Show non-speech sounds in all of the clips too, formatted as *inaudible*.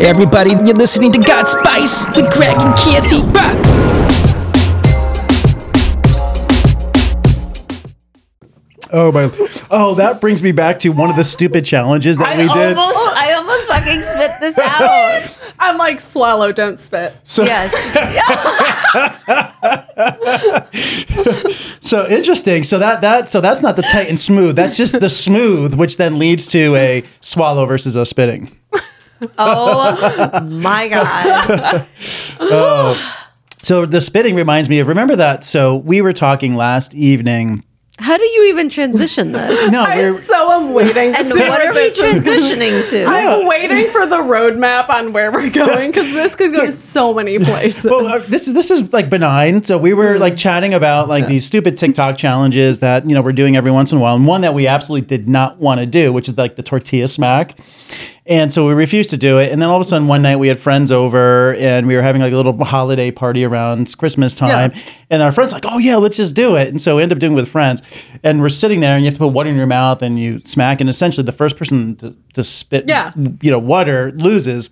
Everybody, you're listening to God Spice with Greg and Kathy. Bah! Oh my! Oh, that brings me back to one of the stupid challenges that I we did. almost, I almost fucking spit this out. Oh. *laughs* I'm like, swallow, don't spit. so, yes. *laughs* so interesting. So that that so that's not the tight and smooth. That's just the smooth, which then leads to a swallow versus a spitting. Oh my God. So the spitting reminds me of remember that. So we were talking last evening. How do you even *laughs* transition this? No, I we're- so am waiting. to And see what where are we this is going. transitioning to? *laughs* I'm waiting for the roadmap on *laughs* where we're going because this could go so many places. Well, uh, this is this is like benign. So we were like chatting about like these stupid TikTok challenges that you know we're doing every once in a while, and one that we absolutely did not want to do, which is like the tortilla smack. And so we refused to do it. And then all of a sudden one night we had friends over and we were having like a little holiday party around Christmas time. Yeah. And our friends like, oh yeah, let's just do it. And so we end up doing it with friends. And we're sitting there and you have to put water in your mouth and you smack. And essentially the first person to, to spit Yeah. you know water loses.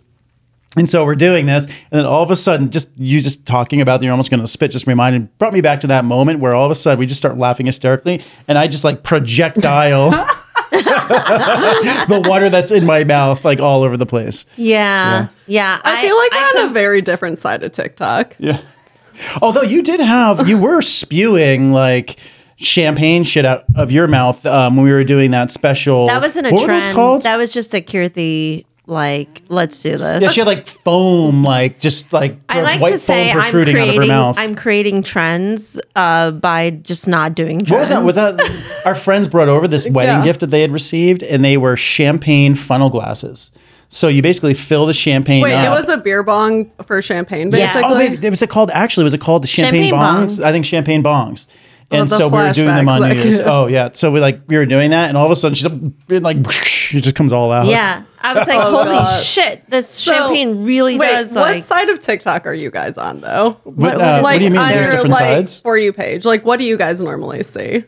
And so we're doing this, and then all of a sudden, just you just talking about that you're almost going to spit just reminded brought me back to that moment where all of a sudden we just start laughing hysterically, and I just like projectile *laughs* the water that's in my mouth like all over the place. yeah. Yeah. I feel like we're on could- a very different side of TikTok. Yeah. Although you did have you were spewing like champagne shit out of your mouth um, when we were doing that special. That wasn't a what Were trend. those called? That was just a Kirthy, like, let's do this. yeah, she had like foam, like just like I like white to say foam I'm protruding out of creating, her mouth. I'm creating trends uh, by just not doing trends. What was that? Was that *laughs* our friends brought over this wedding Yeah. gift that they had received, and they were champagne funnel glasses. So you basically fill the champagne. Wait, up. it was a beer bong for champagne, Yeah. basically. oh, they, they- was it called? Actually, was it called the champagne, Champagne bongs? bong. I think champagne bongs. And the so we were doing them flashbacks, on New like- Year's. Oh yeah, so we like we were doing that, and all of a sudden she's like, *laughs* it, like it just comes all out. Yeah. *laughs* I Oh, was like, holy God. shit, this So- champagne really wait, does. What Like, side of TikTok are you guys on though? What, What- what uh, is- what do you mean? on There's your, different like, sides. for you page. Like, what do you guys normally see?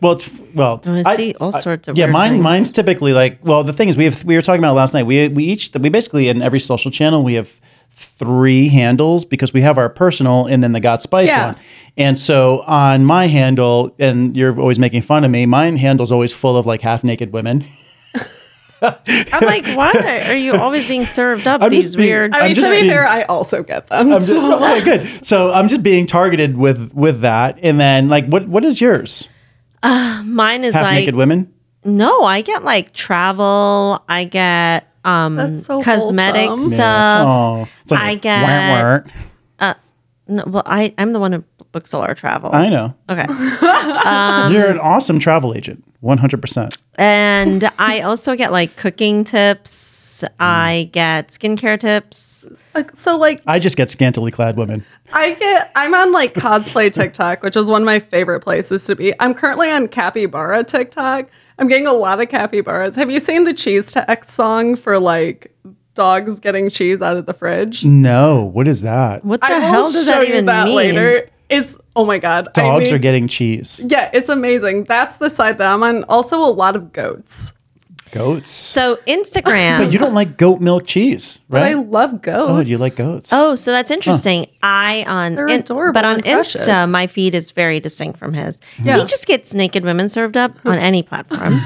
Well, it's well. Oh, I see all sorts of yeah. weird Mine, things. mine's typically like. Well, the thing is, we have we were talking about it last night. We we each we basically in every social channel we have three handles because we have our personal and then the got spice Yeah. one. And so on my handle, and you're always making fun of me. Mine handle's always full of like half naked *laughs* women. *laughs* I'm *laughs* like, why are you always being served up I'm just these being- weird. I I'm mean, to just be being- fair, I also get them. I'm just, so- okay, good. So I'm just being targeted with with that. And then like, what what is yours? mine is Half like, naked women. no, I get like travel, I get *laughs* um, That's so cosmetic wholesome. stuff. Oh, it's like I wah, get- wah. No, well, I, I'm the one who books all our travel. I know. okay. Um, You're an awesome travel agent. 100%. And I also get like cooking tips. I get skincare tips. Like, so, like, I just get scantily clad women. I get I'm on like cosplay TikTok, which is one of my favorite places to be. I'm currently on Capybara TikTok. I'm getting a lot of capybaras. Have you seen the cheese text song for like dogs getting cheese out of the fridge? No, what is that? What the I will hell does that show you even mean? later. It's oh my god. I Dogs need- are getting cheese. Yeah, it's amazing. That's the side that I'm on. Also a lot of goats. Goats. So Instagram. But you don't like goat milk cheese, But I right? love goats. Oh, you like goats. oh, so that's interesting. I on They're in- adorable but on and precious. Insta, my feed is very distinct from his. Yeah. He just gets naked women served up on any platform.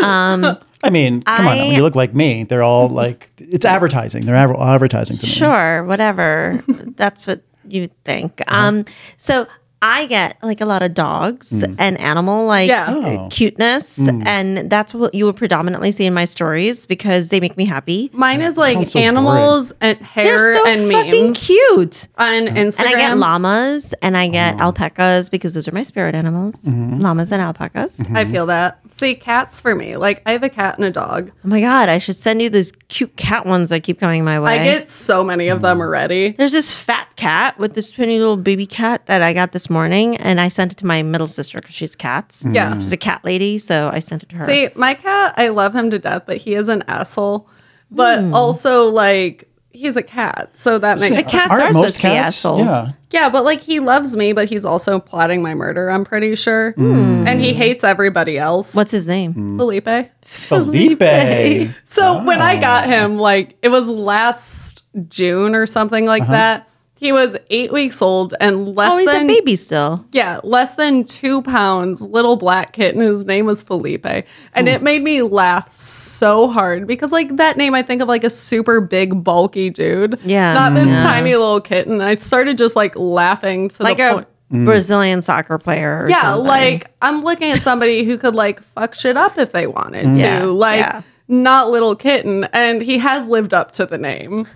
I mean, come on. I- Mm-hmm. You look like me. They're all like, it's advertising. They're adver- advertising to me. *laughs* sure, whatever. that's what you think. Uh-huh. Um, so I get like a lot of dogs and animal like Hmm. Yeah. Oh. cuteness, and that's what you would predominantly see in my stories because they make me happy. Mine is sounds like so animals and hair They're so and fucking memes cute. on Instagram. And I get llamas and I get alpacas because those are my spirit animals. Llamas and alpacas. Mm-hmm. I feel that. See, cats for me. Like I have a cat and a dog. Oh my god, I should send you these cute cat ones that keep coming my way. I get so many of Mm. them already. There's this fat cat with this tiny little baby cat that I got this morning, and I sent it to my middle sister because she's cats. Mm. Yeah. she's a cat lady, so I sent it to her. Hmm. See, my cat, I love him to death, but he is an asshole. But also, like, he's a cat, so that makes cat- Cats Aren't are supposed most to be assholes. *laughs* Yeah. yeah. But like he loves me, but he's also plotting my murder. I'm pretty sure, Hmm. and he hates everybody else. What's his Mm. name? Felipe? Felipe. So when I got him, like it was last June or something like that. He was eight weeks old and less Oh, he's than a baby still. Yeah, less than two pounds, little black kitten. His name was Felipe. And it made me laugh so hard because, like, that name I think of like a super big, bulky dude. Yeah. Not this Yeah. tiny little kitten. I started just like laughing to Like the a point. Brazilian soccer player. Or Yeah, something. like I'm looking at somebody who could like fuck shit up if they Mm. wanted to. Yeah, Like, yeah. not little kitten. And he has lived up to the name.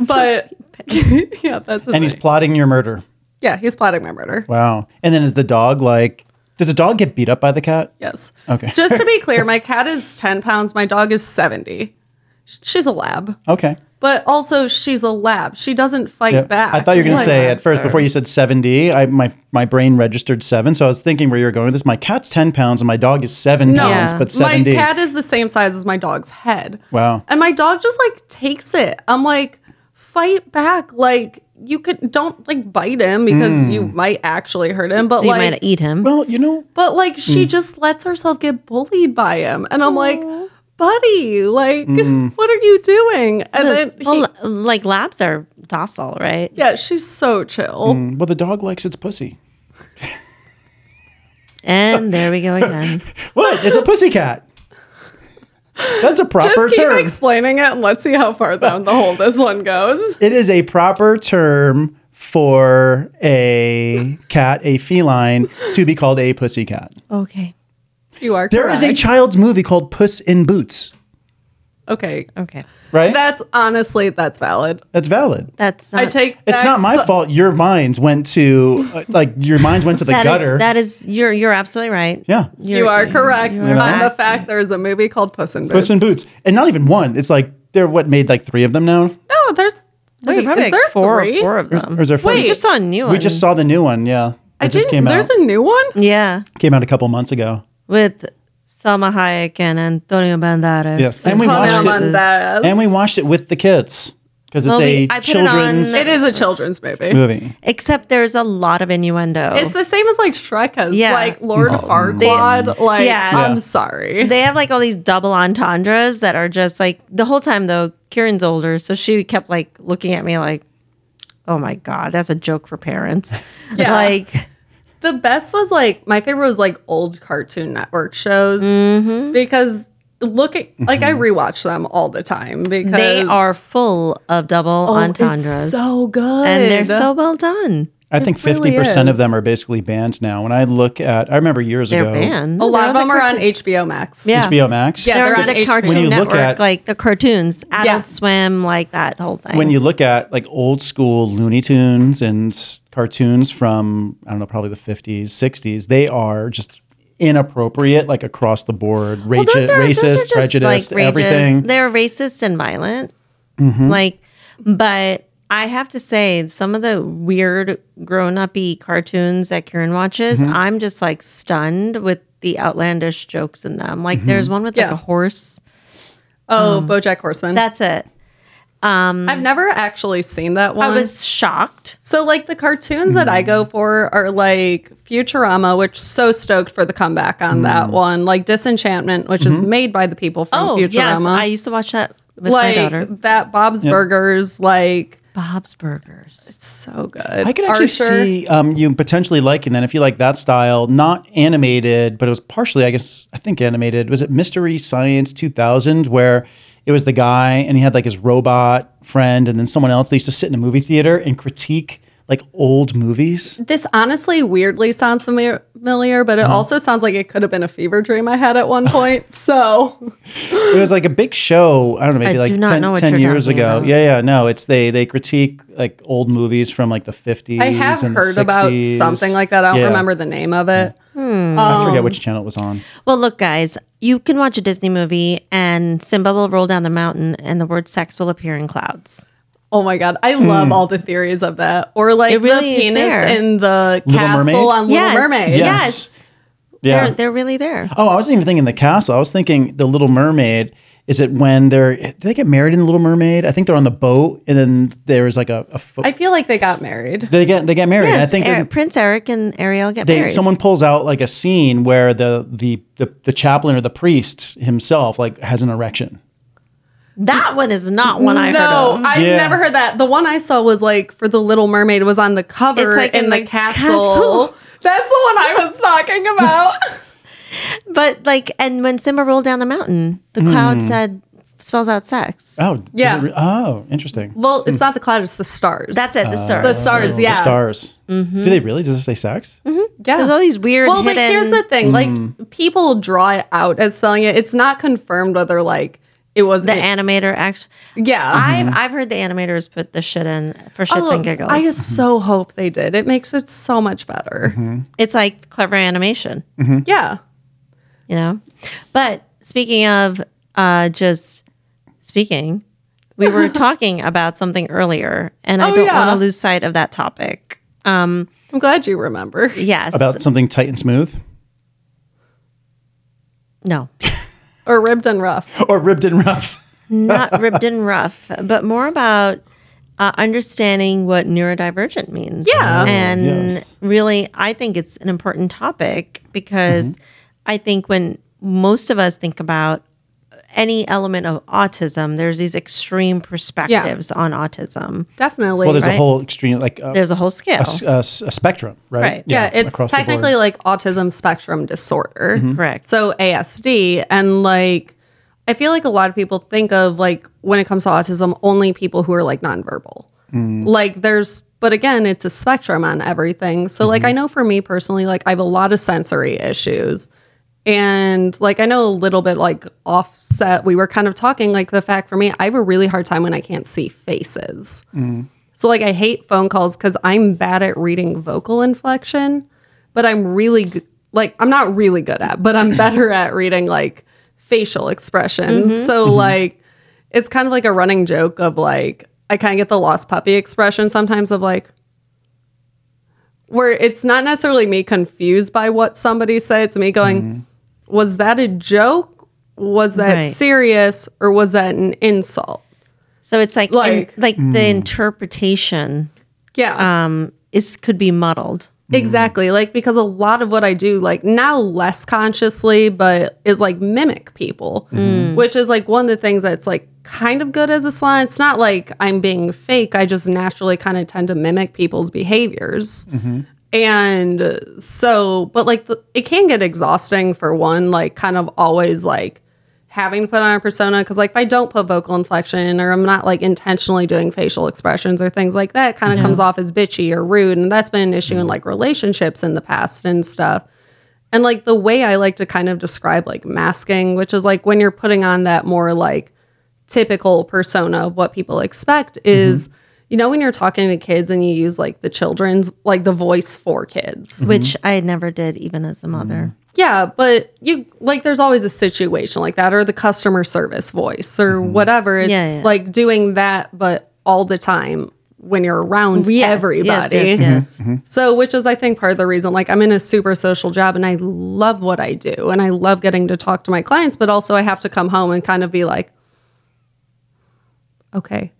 But yeah, that's his And he's name. plotting your murder. yeah, he's plotting my murder. Wow. And then is the dog like, does the dog get beat up by the cat? Yes. Okay. Just *laughs* to be clear, my cat is 10 pounds. My dog is 70. Sh- She's a lab, Okay. but also she's a lab. She doesn't fight Yeah. back. I thought you were going to Like, say at first, sorry. before you said 70, I, my, my brain registered seven. So I was thinking where you were going with this. My cat's 10 pounds and my dog is seven No, pounds, Yeah. but my 70. cat is the same size as my dog's head. Wow. And my dog just like takes it. I'm like, fight back. Like, you could don't like bite him because Hmm. you might actually hurt him, but you like, might eat him. well, you know, but like she Hmm. just lets herself get bullied by him. And I'm like, buddy, like, Hmm. *laughs* what are you doing? And then he, well, like labs are docile, right? Yeah, she's so chill. well, the dog likes its pussy. And there we *laughs* go again. What? It's a pussy cat. That's a Just proper keep term. explaining it and let's see how far down the hole this one goes. it is a proper term for a cat, a feline, to be called a pussy cat. okay. You are There is a correct. child's movie called Puss in Boots, okay. Okay. right? That's honestly that's valid. That's valid. That's not, I take Uh, It's back not my so- fault. Your minds went to uh, like your minds went to the that is- gutter. that is you're you're absolutely right. yeah, You're, You are correct you on are the correct. fact there is a movie called Puss in Boots. Puss in Boots, and not even one. It's like they're what made like three of them now. No, there's There's wait, probably is like there four three? or four of them. Or is there four? Wait, we just saw a new one. we just saw the new one. Yeah, it I just didn't, came out. There's a new one? Yeah, came out a couple months ago. with Salma Hayek and Antonio Banderas. Yes, and we Tell me watched about it. that. And we watched it with the kids because it's Well, a we- I put it on- children's It is a children's movie. movie. Except there's a lot of innuendo. It's the same as like Shrek has Yeah. like Lord Farquaad. like Yeah. Oh, Yeah. I'm sorry. they have like all these double entendres that are just like the whole time though. Kieran's older, so she kept like looking at me like, "Oh my god, that's a joke for parents." *laughs* Yeah. Like, The best was like my favorite was like old Cartoon Network shows Mm-hmm. because look at like Mm-hmm. I rewatch them all the time because They are full of double Oh, it's entendres. so good and they're so well done. I think fifty really percent of is. them are basically banned now. When I look at, I remember years They're ago, banned. a lot of They're them are on HBO Max. Yeah. HBO Max. Yeah, They're they're on on the HBO. Cartoon When you look Network, at- like the cartoons, Adult Yeah. Swim, like that whole thing. When you look at like old school Looney Tunes and s- cartoons from I don't know, probably the fifties, sixties, they are just inappropriate, like across the board, well, racist, those are, racist, those are just prejudiced, like racist. everything. Mm-hmm. They're racist and violent. Like, but I have to say, some of the weird grown uppy cartoons that Kieran watches, Mm-hmm. I'm just like stunned with the outlandish jokes in them. Like, Mm-hmm. there's one with like Yeah. a horse. Oh, BoJack Horseman. That's it. I've never actually seen that one. Mm-hmm. I was Mm-hmm. shocked. so like the cartoons that I go for are like Futurama, which so stoked for the comeback on that one. Like Disenchantment, which is made by the people from Mm. Mm-hmm. Oh, Futurama. yes. I used to watch that with like my daughter. that Bob's Burgers, like Bob's Burgers. so good. I could actually see um, you potentially liking that if you like that style, not animated, but it was partially, I guess, I think animated. Was it Mystery Science 2000, where it was the guy and he had like his robot friend and then someone else? They used to sit in a movie theater and critique like old movies. This honestly weirdly sounds familiar, familiar but it Mm-hmm. also sounds like it could have been a fever dream I had at Oh. one point. So It was like a big show. I don't know, maybe I like do not 10, know what 10 you're years talking ago. about. Yeah, yeah, no, it's they they critique like old movies from like the 50s. I have and heard about 60s. something like that. I don't Yeah. remember the name of it. I forget which channel it was on. Well, look, guys, you can watch a Disney movie and Simba will roll down the mountain and the word sex will appear in clouds. Oh my god, I Hmm. love all the theories of that. Or like It really is the penis there. in the Little castle Mermaid? on Yes. Little Mermaid. Yeah. Yes. Yeah. They're, they're really there. Oh, I wasn't even thinking the castle. I was thinking the Little Mermaid Is it when they're did they get married in Little Mermaid? I think they're on the boat, and then there's like a, a fo- I feel like they got married. they get they get married. Yes, I think Eric- they- Prince Eric and Ariel get they married. someone pulls out like a scene where the, the the the chaplain or the priest himself like has an erection. that one is not one I no, heard of. I've Yeah. never heard that. The one I saw was like for the Little Mermaid was on the cover It's like in, in the, the castle. castle. *laughs* That's the one I was talking *laughs* about. but like, and when Simba rolled down the mountain, the Hmm. cloud said spells out sex. Oh, is it Yeah. re- oh, interesting. well, it's not the cloud; it's the stars. That's at the stars. The stars, yeah. Uh, The stars. Do Mm-hmm. they really? Does it say sex? Ah. There's all these weird. Well, but hidden- here's the thing: Hmm. like people draw it out as spelling it. It's not confirmed whether like it was the animator act. Hmm. Yeah, I've I've heard the animators put the shit in for shits Oh, and giggles. Mm-hmm. I just so hope they did. It makes it so much better. it's like clever animation, Yeah. you know. But speaking of uh, just speaking, *laughs* we were talking about something earlier, and I Oh, don't yeah. want to lose sight of that topic. I'm glad you remember. *laughs* Yes. About something tight and smooth, no, Or ribbed and rough. or ribbed and rough. *laughs* not ribbed and rough, but more about uh, understanding what neurodivergent means. Yeah. Oh, And yes. really, I think it's an important topic because Mm-hmm. I think when most of us think about any element of autism, there's these extreme perspectives on autism. Definitely. Well, there's Right. a whole extreme like uh, There's a whole scale, a, s- a s- a spectrum, right? Right. yeah, it's across the board. technically like autism spectrum disorder. correct? So ASD and like I feel like a lot of people think of like when it comes to autism only people who are like nonverbal. Like there's but again it's a spectrum on everything. So like I know for me personally like I have a lot of sensory issues. And like I know a little bit like offset we were kind of talking like the fact for me I have a really hard time when I can't see faces. So like I hate phone calls because I'm bad at reading vocal inflection, but I'm really g- like I'm not really good at, but I'm better at reading like facial expressions. So like it's kind of like a running joke of like I kind of get the lost puppy expression sometimes of like where it's not necessarily me confused by what somebody said. It's me going, was that a joke? Was that Right. serious? Or was that an insult? So it's like in- Like- like the hmm. interpretation Yeah. um, is could be muddled. Exactly. Like because a lot of what I do like now less consciously but is like mimic people, which is like one of the things that's like kind of good as a slant. It's not like I'm being fake. I just naturally kind of tend to mimic people's behaviors. And uh, so but like the, it can get exhausting for one like kind of always like having to put on a persona because like if i don't put vocal inflection or i'm not like intentionally doing facial expressions or things like that kind of comes off as bitchy or rude and that's been an issue in like relationships in the past and stuff and like the way i like to kind of describe like masking which is like when you're putting on that more like typical persona of what people expect is you know when you're talking to kids and you use like the children's like the voice for kids Mm-hmm. Which I never did, even as a Mm. mother. yeah, but you like there's always a situation like that or the customer service voice or whatever. It's Mm-hmm. Yeah, yeah. like doing that but all the time when you're around Yes, yes, everybody. *laughs* yes, Mm-hmm. yes. So, which is, I think, part of the reason. Like, I'm in a super social job and I love what I do and I love getting to talk to my clients, but also I have to come home and kind of be like, okay,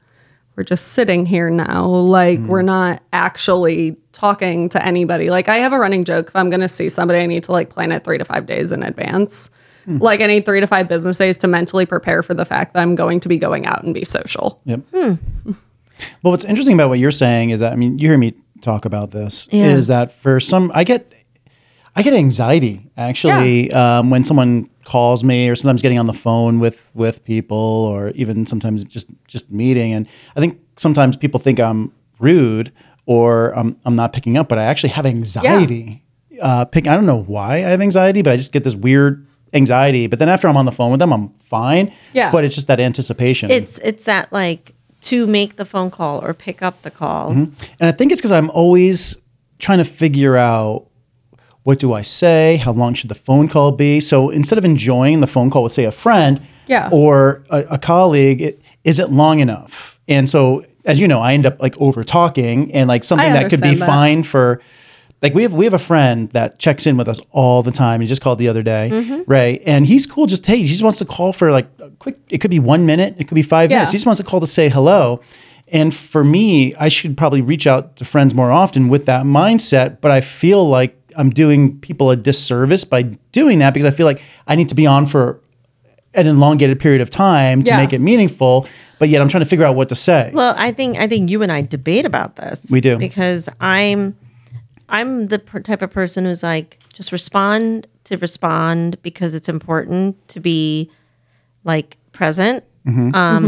we're just sitting here now. Like, we're not actually talking to anybody. Like, I have a running joke if I'm going to see somebody, I need to like plan it three to five days in advance. Like, I need three to five business days to mentally prepare for the fact that I'm going to be going out and be social. Yep. Hmm. *laughs* Well, what's interesting about what you're saying is that I mean, you hear me talk about this Yeah. is that for some, I get, I get anxiety actually um, when someone calls me, or sometimes getting on the phone with with people, or even sometimes just just meeting. And I think sometimes people think I'm rude or I'm I'm not picking up, but I actually have anxiety. Uh, pick. I don't know why I have anxiety, but I just get this weird anxiety. But then after I'm on the phone with them, I'm fine. Yeah. But it's just that anticipation. It's it's that like to make the phone call or pick up the call. Mm-hmm. And I think it's because I'm always trying to figure out what do I say? How long should the phone call be? So instead of enjoying the phone call with, say, a friend Yeah. or a, a colleague, it, is it long enough? And so, as you know, I end up like over talking and like something that could be understand that. fine for like we have we have a friend that checks in with us all the time. He just called the other day, Mm-hmm. right? And he's cool. Just hey, he just wants to call for like a quick. It could be one minute. It could be five minutes. Yeah. He just wants to call to say hello. And for me, I should probably reach out to friends more often with that mindset. But I feel like I'm doing people a disservice by doing that because I feel like I need to be on for an elongated period of time to Yeah. make it meaningful. But yet I'm trying to figure out what to say. Well, I think I think you and I debate about this. We do. because I'm I'm the per- type of person who's like just respond to respond because it's important to be like present. Mm-hmm. Um,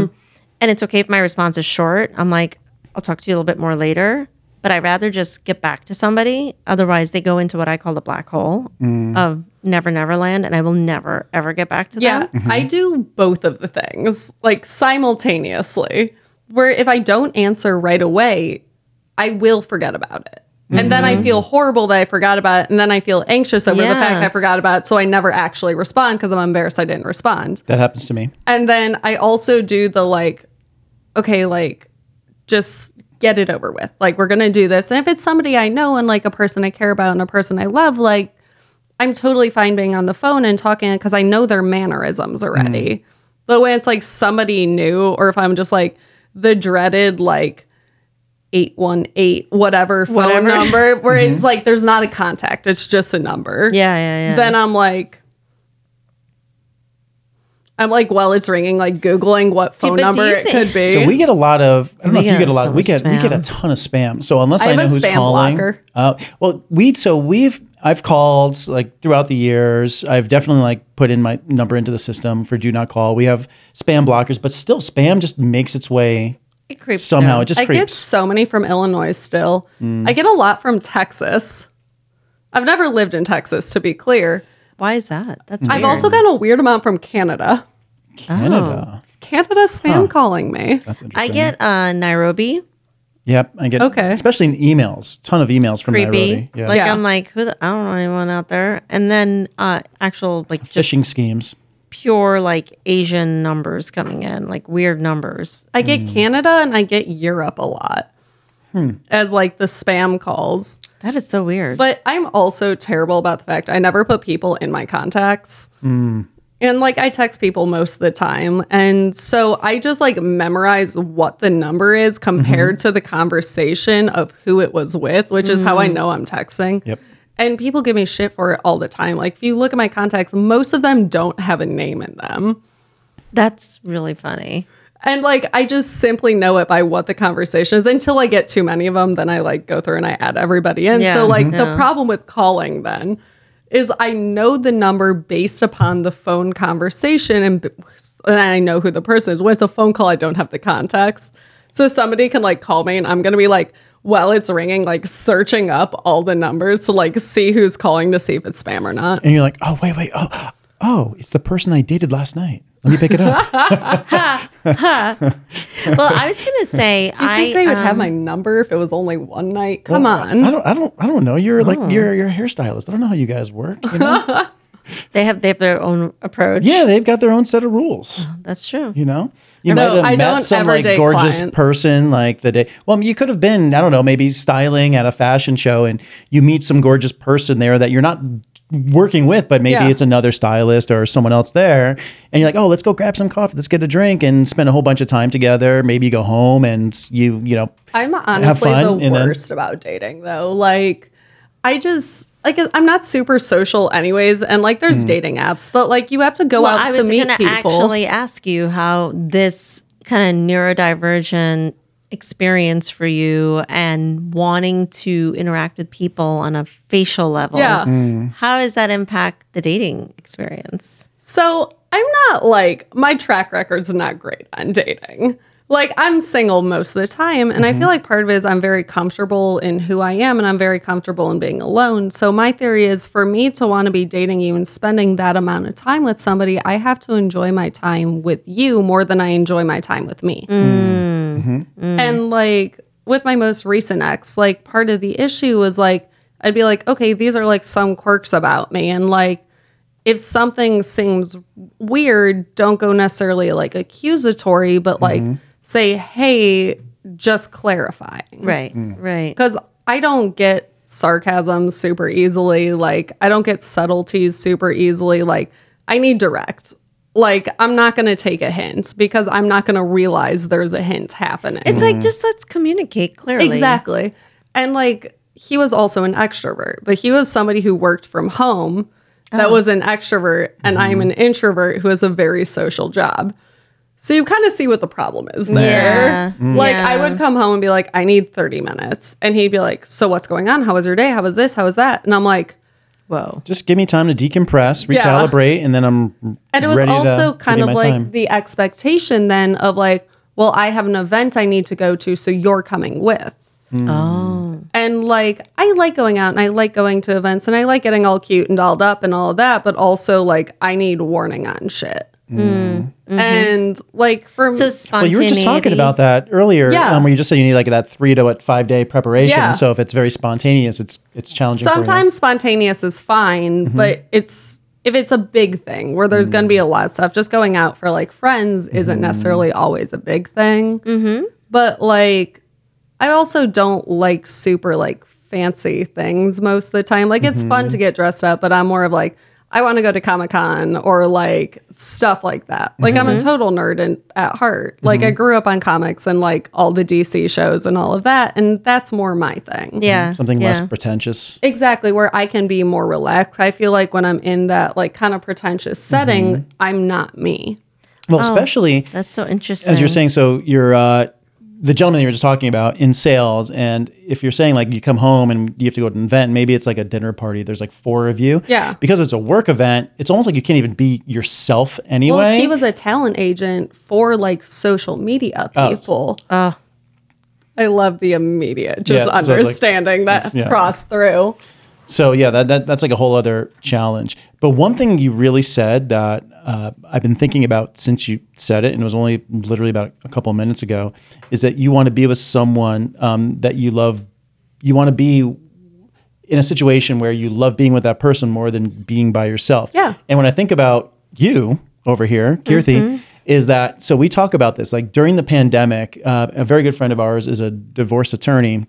Mm-hmm. And it's okay if my response is short. I'm like, I'll talk to you a little bit more later. But I'd rather just get back to somebody. Otherwise, they go into what I call the black hole Mm. of never, never land. And I will never, ever get back to Yeah, them. I do both of the things like simultaneously. Where if I don't answer right away, I will forget about it. And then I feel horrible that I forgot about it. And then I feel anxious over the fact I Yes. forgot about it. So I never actually respond because I'm embarrassed I didn't respond. that happens to me. And then I also do the like, okay, like just get it over with. Like we're gonna do this. And if it's somebody I know and like a person I care about and a person I love, like I'm totally fine being on the phone and talking because I know their mannerisms already. Mm-hmm. But when it's like somebody new, or if I'm just like the dreaded like 818 whatever phone Whatever. Mm-hmm. number where it's like there's not a contact, it's just a number Yeah, yeah, yeah. then I'm like, I'm like, well, it's ringing, like Googling what phone but do number you it think- could be. So we get a lot of. I don't know We if you get get a lot. so we much get we get a spam. ton of spam. So unless I I, have know a who's spam calling, blocker. Uh, well, we so we've I've called like throughout the years. I've definitely like put in my number into the system for do not call. We have spam blockers, but still spam just makes its way it creeps somehow. out. It just I get creeps. so many from Illinois still. Mm. I get a lot from Texas. I've never lived in Texas, to be clear. Why is that? That's I've weird. also gotten a weird amount from Canada. Oh. Canada. Canada spam calling me. That's interesting. I get uh, Nairobi Yep, I get. Okay. Especially in emails, ton of emails from creepy. Nairobi. Yeah. Like Yeah. I'm like, who? The, I don't know anyone out there. And then uh, actual like just phishing schemes. pure like Asian numbers coming in, like weird numbers. I get mm. Canada and I get Europe a lot Hmm. as like the spam calls. That is so weird. But I'm also terrible about the fact I never put people in my contacts. And like I text people most of the time. And so I just like memorize what the number is compared to the conversation of who it was with, which is how I know I'm texting. Yep. And people give me shit for it all the time. Like if you look at my contacts, most of them don't have a name in them. That's *laughs* really funny. And like I just simply know it by what the conversation is until I get too many of them, then I like go through and I add everybody in. Yeah. So like Yeah. the problem with calling then is I know the number based upon the phone conversation and b- and I know who the person is. When it's a phone call, I don't have the context. So somebody can like call me and I'm gonna be like, well, it's ringing, like searching up all the numbers to like see who's calling to see if it's spam or not. And you're like, oh wait, wait, oh, oh, it's the person I dated last night. Let me pick it up. Well, I was *laughs* gonna say I I think they would have um, my number if it was only one night. Come Well, on. Oh. I don't. I don't. I don't know. You're like you're you're a hairstylist. I don't know how you guys work. You *laughs* know? they have they have their own approach. yeah, they've got their own set of rules. that's true. You know, you No, might have I met don't some ever like date gorgeous clients. person like the day. Well, I mean, you could have been. I don't know. Maybe styling at a fashion show, and you meet some gorgeous person there that you're not working with, but maybe Yeah. it's another stylist or someone else there, and you're like, oh, let's go grab some coffee, let's get a drink, and spend a whole bunch of time together. Maybe you go home and you you know I'm honestly fun, the and then- worst about dating though. Like I just like I'm not super social anyways and like Hmm. there's dating apps, but like you have to go Well, out I to was meet gonna people. actually ask you how this kind of neurodivergent experience for you and wanting to interact with people on a facial level. Yeah. Mm. How does that impact the dating experience? So I'm not like my track record's not great on dating. Like I'm single most of the time, and I feel like part of it is I'm very comfortable in who I am, and I'm very comfortable in being alone. So my theory is for me to want to be dating you and spending that amount of time with somebody, I have to enjoy my time with you more than I enjoy my time with me. And like with my most recent ex, like part of the issue was like I'd be like, okay, these are like some quirks about me, and like if something seems weird, don't go necessarily like accusatory, but like say, hey, just clarifying. Mm. Right, right. Because I don't get sarcasm super easily. Like I don't get subtleties super easily. Like I need direct. Like I'm not going to take a hint because I'm not going to realize there's a hint happening. It's Mm. like just let's communicate clearly. Exactly. And like he was also an extrovert, but he was somebody who worked from home that Oh. was an extrovert, and Mm-hmm. I'm an introvert who has a very social job. So you kind of see what the problem is Yeah. there. Mm. Like Yeah. I would come home and be like, I need 30 minutes. And he'd be like, So what's going on? How was your day? How was this? How was that? And I'm like, Whoa. Just give me time to decompress, Yeah. recalibrate, and then I'm And it was ready to- also to kind do of my like time. the expectation then of like, well, I have an event I need to go to, so you're coming with. Hmm. Oh. And like, I like going out and I like going to events and I like getting all cute and dolled up and all of that, but also like, I need warning on shit. Hmm. And like, for Hmm. So Well, spontaneity. you were just talking about that earlier, Yeah. um, where you just said you need like that three to what five day preparation. Yeah. So if it's very spontaneous, it's it's challenging. for you. Mm-hmm. sometimes spontaneous is fine, but it's if it's a big thing where there's going to be a lot of stuff, just going out for like friends isn't Mm-hmm. necessarily always a big thing. Mm-hmm. But like, I also don't like super like fancy things most of the time. Like, it's Mm-hmm. fun to get dressed up, but I'm more of like, I want to go to Comic Con or like stuff like that. Like, I'm Mm-hmm. a total nerd and at heart. Like, I grew up on comics and like all the DC shows and all of that. And that's more my thing. yeah, something yeah. less pretentious. Exactly, where I can be more relaxed. I feel like when I'm in that like kind of pretentious Mm-hmm. setting, I'm not me. Well, Oh, especially That's so interesting. as you're saying, so you're uh, the gentleman you were just talking about in sales, and if you're saying like you come home and you have to go to an event, maybe it's like a dinner party. There's like four of you. Yeah. Because it's a work event, it's almost like you can't even be yourself anyway. Well, he was a talent agent for like social media people. Oh. I love the immediate just Ah. Yeah, so it's like- understanding that yeah. cross through. So yeah, that, that that's like a whole other challenge. But one thing you really said that uh, I've been thinking about since you said it, and it was only literally about a couple of minutes ago, is that you want to be with someone um, that you love. You want to be in a situation where you love being with that person more than being by yourself. Yeah. And when I think about you over here, Kirti, is that so we talk about this like during the pandemic, uh, a very good friend of ours is a divorce attorney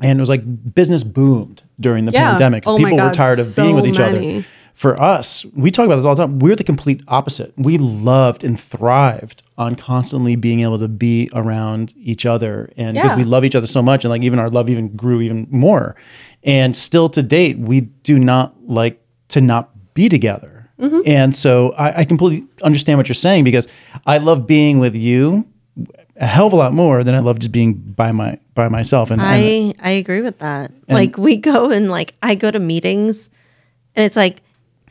and it was like business boomed during the Yeah. pandemic. Oh my People were God, tired of so being with each many. other. For us, we talk about this all the time. We're the complete opposite. We loved and thrived on constantly being able to be around each other, and because Yeah. we love each other so much, and like even our love even grew even more. And still to date, we do not like to not be together. Mm-hmm. And so I, I completely understand what you're saying because I love being with you a hell of a lot more than I love just being by my by myself. And, and I I agree with that. like we go and like I go to meetings, and it's like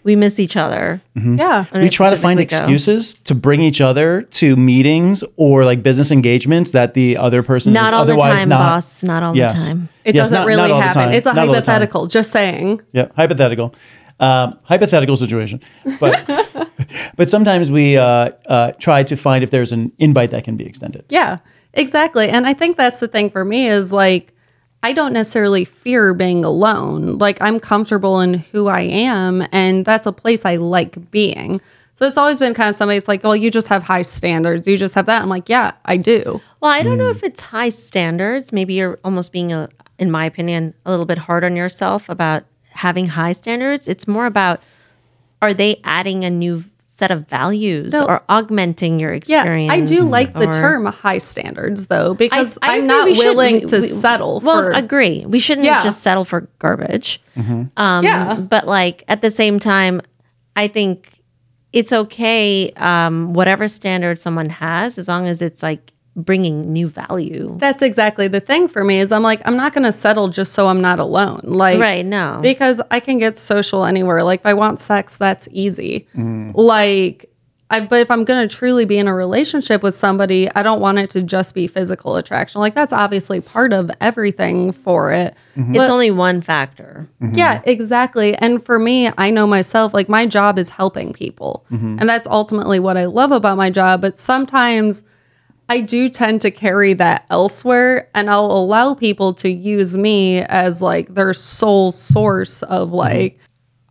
we miss each other. Mm-hmm. Yeah. when we I try to find physically go. excuses to bring each other to meetings or like business engagements that the other person Not is all the otherwise time, not. boss. Not all Yes. the time. It Yes, doesn't not- really not all the happen. time. It's a Not all the time. hypothetical, just saying. Yeah, hypothetical, um, hypothetical situation. *laughs* But but sometimes we uh, uh, try to find if there's an invite that can be extended. Yeah, exactly. And I think that's the thing for me is like, I don't necessarily fear being alone. Like, I'm comfortable in who I am, and that's a place I like being. So it's always been kind of somebody that's like, well, you just have high standards. You just have that. I'm like, yeah, I do. Well, I don't know Mm. if it's high standards. Maybe you're almost being a, in my opinion, a little bit hard on yourself about having high standards. It's more about are they adding a new set of values No. or augmenting your Yeah, experience? I do like the or- term high standards, though, I- because I I, am agree not we should- willing we- to we- settle Well, for. agree. We shouldn't Yeah. just settle for garbage. Um, Yeah. But like at the same time, I think it's okay. Um, whatever standard someone has, as long as it's like bringing new value. that's exactly the thing for me is I'm like, I'm not going to settle just so I'm not alone. Like, Right, no. because I can get social anywhere. Like if I want sex, that's easy. Like I but if I'm going to truly be in a relationship with somebody, I don't want it to just be physical attraction. Like that's obviously part of everything for it. It's only one factor. Yeah, exactly. And for me, I know myself, like my job is helping people. And that's ultimately what I love about my job. But sometimes I do tend to carry that elsewhere and I'll allow people to use me as like their sole source of like,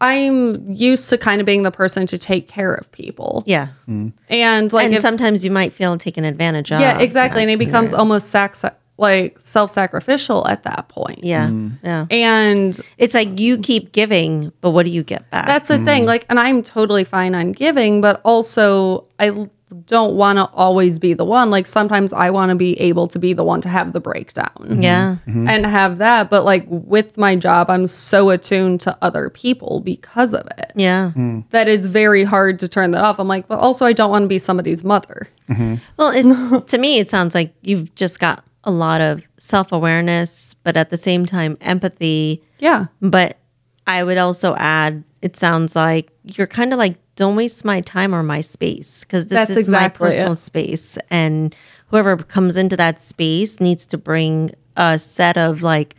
I'm used to kind of being the person to take care of people. Yeah. And Mm. like, and if- sometimes you might feel taken advantage of. yeah, exactly. And it That's becomes almost sex like self-sacrificial at that point. Yeah. Mm. Yeah. And It's like you keep giving, but what do you get back? that's the thing. Like, and I'm totally fine on giving, but also I l- don't want to always be the one. Like, sometimes I want to be able to be the one to have the breakdown yeah. and have that. But like with my job, I'm so attuned to other people because of it Yeah. that it's very hard to turn that off. I'm like, but also I don't want to be somebody's mother. Well, *laughs* it, to me, it sounds like you've just got a lot of self awareness, but at the same time, empathy. Yeah. But I would also add, it sounds like you're kind of like, don't waste my time or my space because this That's is exactly my personal it. space. And whoever comes into that space needs to bring a set of like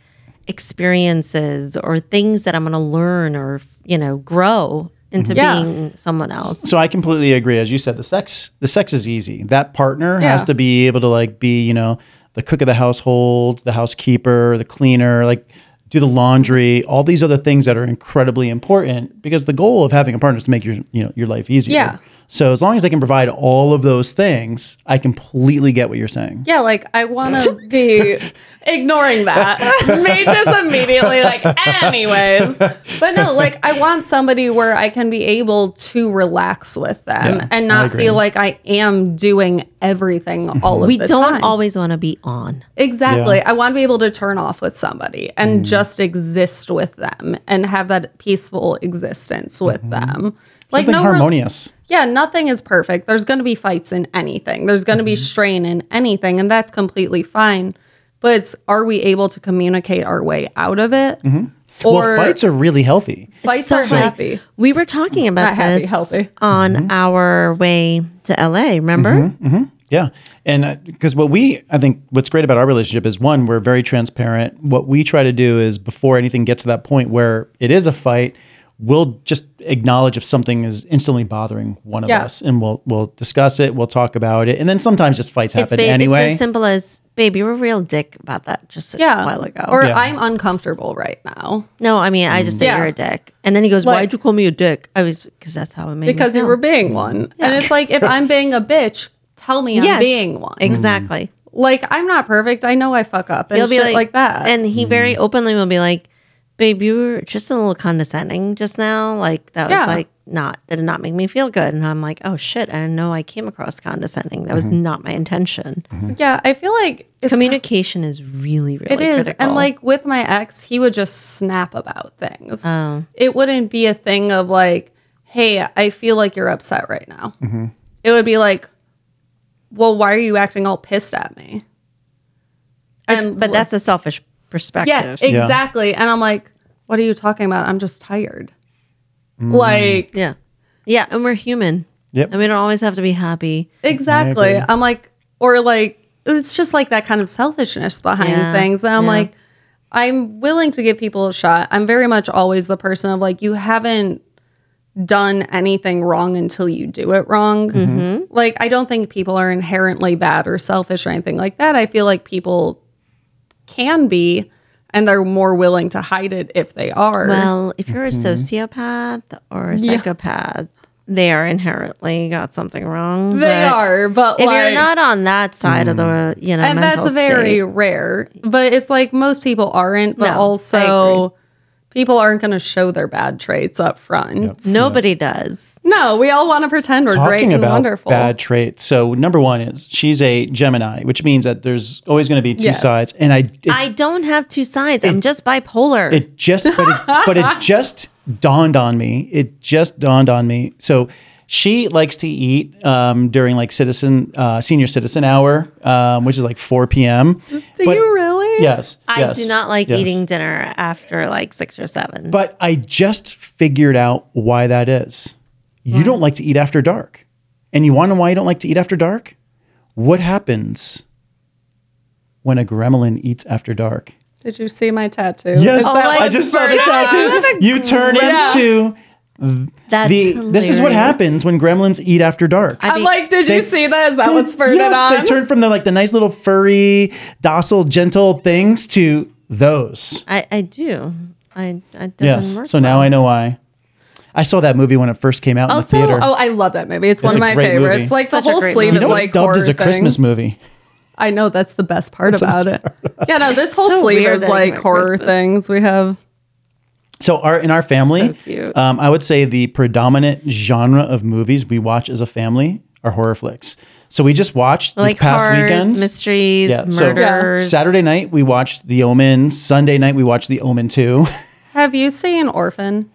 experiences or things that I'm going to learn or, you know, grow into Yeah. being someone else. So I completely agree. As you said, the sex the sex is easy. That partner has Yeah. to be able to like be you know the cook of the household, the housekeeper, the cleaner, like do the laundry, all these other things that are incredibly important because the goal of having a partner is to make your you know your life easier. Yeah. So as long as they can provide all of those things, I completely get what you're saying. Yeah, like *laughs* I want to be ignoring that. May just immediately like, anyways. But no, like I want somebody where I can be able to relax with them Yeah, and I not agree. Mm-hmm. feel like I am doing everything all of We the don't time. always want to be on. exactly. Yeah. Mm-hmm. I want to be able to turn off with somebody and just exist with them and have that peaceful existence with them. Mm-hmm. Like Something no re- harmonious. yeah, nothing is perfect. There's going to be fights in anything. There's going to Mm-hmm. be strain in anything, and that's completely fine. But it's, are we able to communicate our way out of it? Mm-hmm. Or well, fights are really healthy. fights So are funny. happy. We were talking about Not happy, this healthy. on our way to LA. Remember? Yeah. And because what we, I think what's great about our relationship is one, we're very transparent. What we try to do is before anything gets to that point where it is a fight, we'll just acknowledge if something is instantly bothering one of Yeah. us and we'll, we'll discuss it. We'll talk about it. And then sometimes just fights It's, happen ba- anyway. it's as simple as, babe, you were a real dick about that just a Yeah. while ago. Or Yeah. I'm uncomfortable right now no, I mean, I just say Yeah. you're a dick. And then he goes, Like- why'd you call me a dick? I was, because that's how it made me because you feel." were being one. And it's like, if I'm being a bitch, tell me Yes. I'm being one. Exactly. Like, I'm not perfect. I know I fuck up and He'll be shit like, like that. And he very openly will be like, babe, you were just a little condescending just now. Like, that Yeah. was like, not, that did not make me feel good. And I'm like, oh shit, I didn't know I came across condescending. That was not my intention. yeah, I feel like it's Communication is really, really It is, critical. and like with my ex, he would just snap about things. Oh. It wouldn't be a thing of like, "Hey, I feel like you're upset right now." It would be like, "Well, why are you acting all pissed at me?" It's- And but that's a selfish perspective. yeah, exactly. And I'm like, "What are you talking about? I'm just tired." Like yeah, yeah, and we're human. Yep. and we don't always have to be happy. exactly. agree. I'm like, or like it's just like that kind of selfishness behind Yeah, things. And I'm yeah. like, I'm willing to give people a shot. I'm very much always the person of like, you haven't done anything wrong until you do it wrong. Mm-hmm. Like, I don't think people are inherently bad or selfish or anything like that. I feel like people can be, and they're more willing to hide it if they are. Well, if you're a Mm-hmm. sociopath or a psychopath, they are inherently got something wrong. they but are, but If like, you're not on that side of the, Mm-hmm. you know, and mental that's very state, rare but it's like most people aren't but No, I also people aren't going to show their bad traits up front nobody does. no we all want to pretend we're great talking and about wonderful bad traits. So number one is she's a Gemini, which means that there's always going to be two Yes. sides. And I, it, *laughs* I don't have two sides. I'm just bipolar. It just, but it, but *laughs* it just dawned on me. It just dawned on me. So she likes to eat um, during like citizen, uh, senior citizen hour, um, which is like 4 p.m. do But- you really Yes. I yes, do not like yes. eating dinner after like six or seven. But I just figured out why that is. You don't like to eat after dark. And you want to know why you don't like to eat after dark? What happens when a gremlin eats after dark? did you see my tattoo Yes, Is that my I like- just saw the God. tattoo. You turn Yeah. into that's the this is what hilarious. happens when gremlins eat after dark. i'm They- like did you they- see that is that what spurred yes, it on they turn from the like the nice little furry, docile, gentle things to those. I, I do. I, I doesn't work yes. So now well. I know why. I saw that movie when it first came out also in the theater. oh i love that movie it's, one It's of a my great movie. favorites like Such a the whole great sleeve you is movie. know what's like dubbed as horror a Christmas things. movie? I know that's the best part about it. *laughs* Yeah, no, this whole so sleeve weird is that I like make horror Christmas. things we have. So our in our family, So cute. um, I would say the predominant genre of movies we watch as a family are horror flicks. So we just watched like this past cars, weekend. mysteries, Yeah, so- murders. Saturday night we watched The Omen. Sunday night we watched The Omen Two. *laughs* Have you seen Orphan?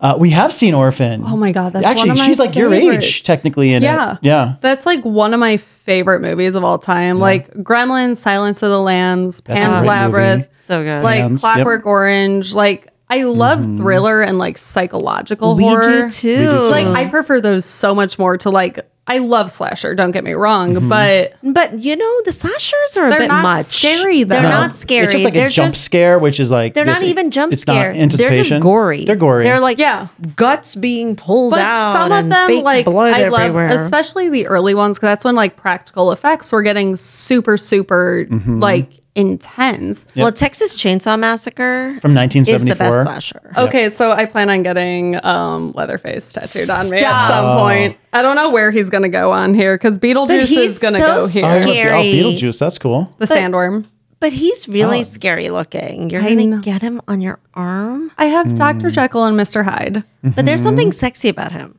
Uh, we have seen Orphan. Oh my God, that's actually one of my she's like your favorites. age technically in Yeah. it. Yeah, That's like one of my favorite movies of all time. Like Gremlins, Silence of the Lambs, a Pan's great Labyrinth, movie. So good. like Hands, yep. Mm-hmm. Clockwork Orange. Like I love thriller and like psychological we horror. do too. too. Like I prefer those so much more to like I love slasher, don't get me wrong, Mm-hmm. but but you know, the slashers are a They're bit not much. scary, though. They're No. not scary. Uh, It's just like they're a jump just, scare, which is like They're this- not even jump it's not scare. They're anticipation. just gory. They're gory. They're like Yeah. guts being pulled but out. some of and them fake like blood I love everywhere. especially the early ones cuz that's when like practical effects were getting super super Mm-hmm. like intense. Well, Texas Chainsaw Massacre from is the 1974. best slasher. Okay, so I plan on getting um, Leatherface tattooed on me at Stop. some point. I don't know where he's going to go on here because Beetlejuice he's is going to so go here. Oh, yeah, Scary. Oh, Beetlejuice. That's cool. The sandworm. But he's really Oh. scary looking. You're going to get him on your arm. I have Dr. Hmm. Jekyll and Mr. Hyde. But Mm-hmm. there's something sexy about him.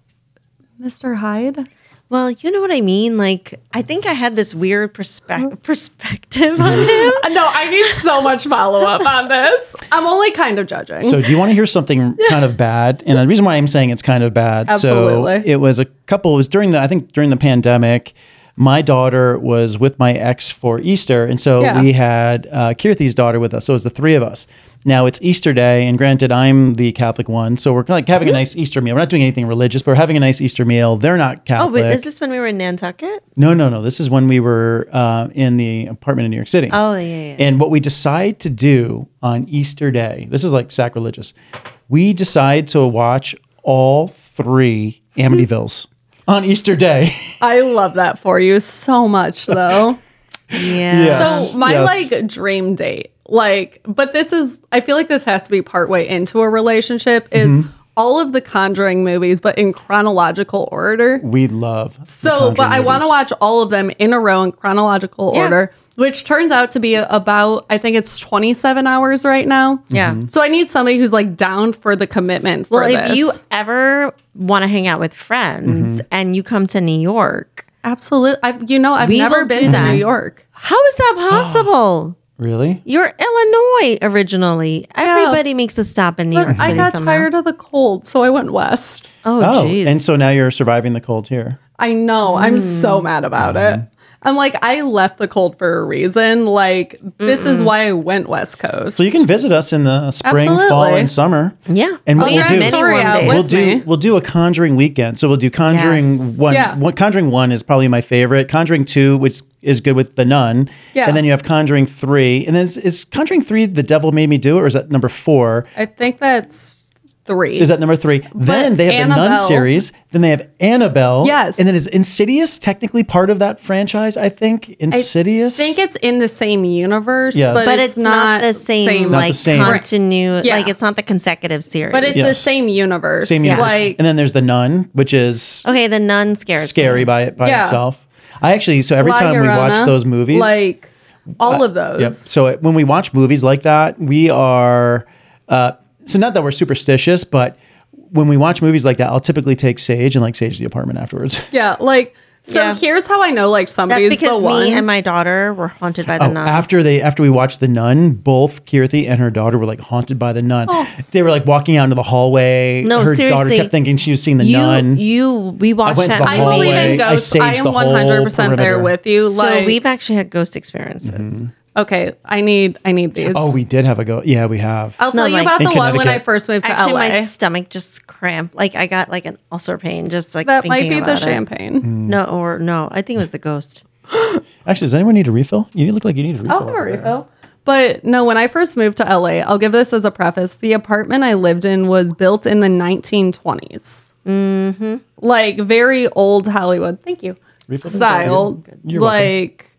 Mr. Hyde? Well, you know what I mean? Like, I think I had this weird Mm-hmm. perspe- perspective on him. Uh, No, I need so much follow up on this. I'm only kind of *laughs* judging. So, do you want to hear something kind of bad? And the reason why I'm saying it's kind of bad. So, Absolutely. it was a couple. It was during the I think during the pandemic. My daughter was with my ex for Easter, and so Yeah. we had uh, Kirthi's daughter with us. So it was the three of us. Now it's Easter day, and granted, I'm the Catholic one, so we're like Mm-hmm. having a nice Easter meal. We're not doing anything religious, but we're having a nice Easter meal. They're not Oh, Catholic. but is this when we were in Nantucket? No, no, no. This is when we were uh, in the apartment in New York City. Oh, yeah, yeah, yeah. And what we decide to do on Easter Day, this is like sacrilegious. We decide to watch all three Amityville's on Easter Day. *laughs* I love that for you so much, though. Yeah. Yeah. Yes, So my yes. like dream date, like, but this is I feel like this has to be partway into a relationship is Mm-hmm. all of the Conjuring movies, but in chronological order. we love. the So, Conjuring but I want to movies. watch all of them in a row in chronological Yeah. order, which turns out to be about I think it's 27 hours right now. Yeah. Mm-hmm. So I need somebody who's like down for the commitment. For Well, if this. you ever want to hang out with friends Mm-hmm. and you come to New York, absolutely, I've, you know, I've We never will been do to that. New York. how is *gasps* that possible? Really? You're Illinois originally. Everybody makes a stop in New York. But I City got somehow. tired of the cold, so I went west. Oh, Oh, jeez. and so now you're surviving the cold here. I know. I'm so mad about it. Mm-hmm. I'm like, I left the cold for a reason. Like, this is why I went West Coast. So you can visit us in the spring, fall, Absolutely. and summer. yeah. And what Oh, we'll yeah, do- many Sorry, warm I days. was- We'll do me. we'll do a Conjuring weekend. So we'll do Conjuring Yes. one. Yeah. One Conjuring one is probably my favorite. Conjuring two, which is good with the nun. Yeah. And then you have Conjuring three, and then is, is Conjuring three the Devil Made Me Do It, or is that number four? I think that's three. Is that number three? then they have the Annabelle- Nun series. Then they have Annabelle. Yes. And then is Insidious technically part of that franchise? I think Insidious. I think it's in the same universe, Yes. but, but it's, not, the same, like same. continuity. Yeah. Like it's not the consecutive series. but it's the Yes. same universe. Same universe. Like, and then there's the Nun, which is okay. The nun scares me. scary by by Yeah. itself. I actually so every La time we watch Llorona, those movies, like all of those. Yep. So it- when we watch movies like that, we are uh, so not that we're superstitious, but when we watch movies like that, I'll typically take Sage and like Sage to the apartment *laughs* afterwards. Yeah, like so. Yeah. Here's how I know like That's somebody's because the one. me and my daughter were haunted by the Oh, uh, nun. after they after we watched The Nun, both Kirthi and her daughter were like haunted by the nun. Oh. They were like walking out into the hallway. No, her daughter seriously. kept thinking she was seeing the you, nun. you, we watched went to that. the I movie. believe hallway. in I ghosts. saved I am the whole 100% there perimeter. with you. So like, we've actually had ghost experiences. okay, I need, I need these. oh, we did have a go. Yeah, we have. I'll No, tell you like- about In the one when I Connecticut. first moved to Actually, LA. my stomach just cramped. Like I got like an ulcer pain. Just like that might thinking be the about it. champagne. No, or no, I think it was the ghost. Actually, does anyone need a refill? You look like you need a refill. I'll have a over there. refill. But no, when I first moved to LA, I'll give this as a preface. The apartment I lived in was built in the 1920s. Mm-hmm. Like very old Hollywood. Thank you. Refill is Style. good. You're welcome. Like,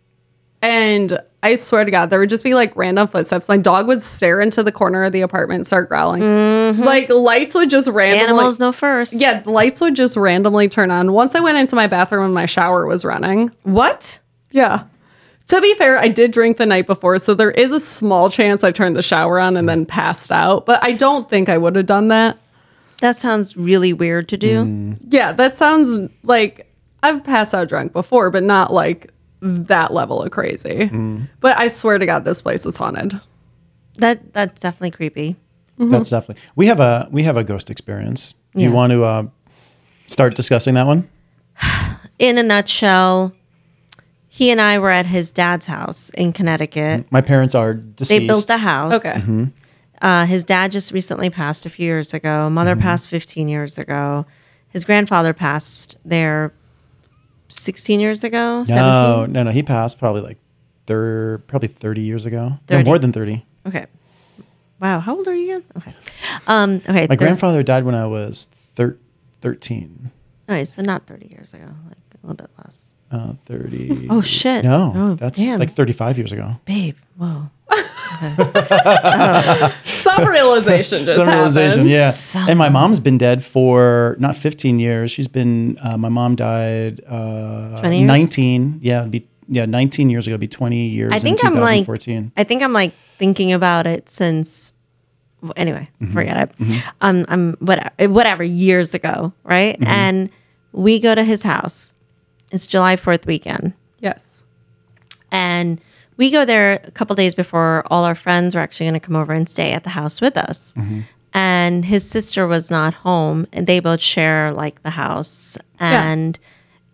and I swear to God, there would just be like random footsteps. My dog would stare into the corner of the apartment, start growling. Like lights would just randomly. Animals know first. Yeah, the lights would just randomly turn on. Once I went into my bathroom and my shower was running. What? Yeah. To be fair, I did drink the night before, so there is a small chance I turned the shower on and then passed out, but I don't think I would have done that. That sounds really weird to do. Yeah, that sounds like I've passed out drunk before, but not like that level of crazy. Mm. But I swear to God, this place was haunted. That that's definitely creepy. That's definitely. We have a we have a ghost experience. Do You Yes. want to uh, start discussing that one? In a nutshell, he and I were at his dad's house in Connecticut. My parents are deceased. They built the house. Okay. Mm-hmm. Uh, his dad just recently passed a few years ago. Mother Mm-hmm. passed 15 years ago. His grandfather passed there 16 years ago. 17. No, no, no. He passed probably like thir- probably thirty years ago. No, 30. more than thirty. Okay. Wow. How old are you again? Okay. Um, okay. My thir- grandfather died when I was thir- thirteen. Okay, so not 30 years ago, like a little bit less. Uh, thirty. Oh, shit. No, Oh, that's damn. like thirty-five years ago. Babe, whoa. *laughs* Some realization just Some happens. realization, yeah. Some- And my mom's been dead for not 15 years. She's been. Uh, my mom died uh, 20 years? 19. Yeah, it'd be yeah 19 years ago. It'd be 20 years. I think in I'm like, 2014. I think I'm like thinking about it since, well, anyway, Mm-hmm. forget it. Um, I'm whatever, whatever, years ago, right? Mm-hmm. And we go to his house. It's July 4th weekend. Yes. And we go there a couple days before all our friends were actually going to come over and stay at the house with us. Mm-hmm. And his sister was not home, and they both share like the house. Yeah. And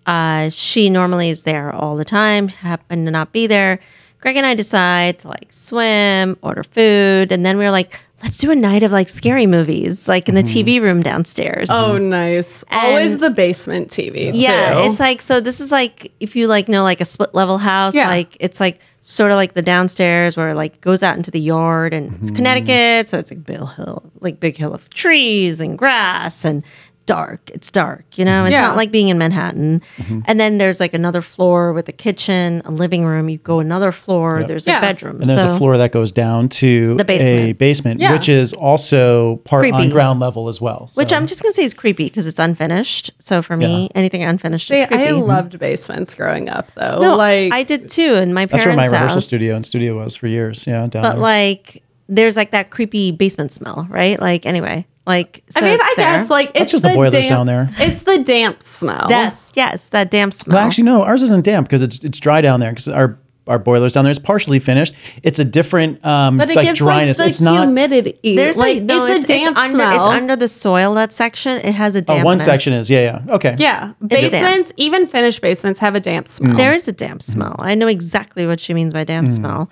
uh, she normally is there all the time, happened to not be there. Greg and I decide to like swim, order food, and then we were like, let's do a night of like scary movies, like in the TV room downstairs. Mm-hmm. Oh, Mm-hmm. nice. Always the basement TV. Yeah, too. it's like so. This is like if you like know like a split level house, Yeah. like it's like sort of like the downstairs where it, like goes out into the yard, and Mm-hmm. it's Connecticut, so it's like big hill, like big hill of trees and grass and dark. It's dark, you know. It's Yeah. not like being in Manhattan. Mm-hmm. And then there's like another floor with a kitchen, a living room. You go another floor. There's Yeah. a bedroom. And there's so a floor that goes down to The basement. a basement, Yeah. which is also part on Creepy. ground level as well. So- which I'm just gonna say is creepy because it's unfinished. So for me, Yeah. anything unfinished See, is creepy. I Mm-hmm. loved basements growing up, though. no, like I did too in my parents' that's where my rehearsal house. studio and studio was for years. Yeah, down but there. like there's like that creepy basement smell, right? Like anyway, like so I mean, I it's there. guess like it's just the boilers damp, down there. It's the damp smell. yes, yes, that damp smell. Well, actually, no, ours isn't damp because it's it's dry down there because our our boiler's down there. It's partially finished. It's a different um but it like gives dryness. like the it's not humidity. there's like like no, it's, a damp it's under, smell. It's under the soil that section. It has a oh, damp. one section is yeah yeah okay yeah, It's damp. basements, even finished basements, have a damp smell. Mm-hmm. There is a damp smell. I know exactly what she means by damp smell.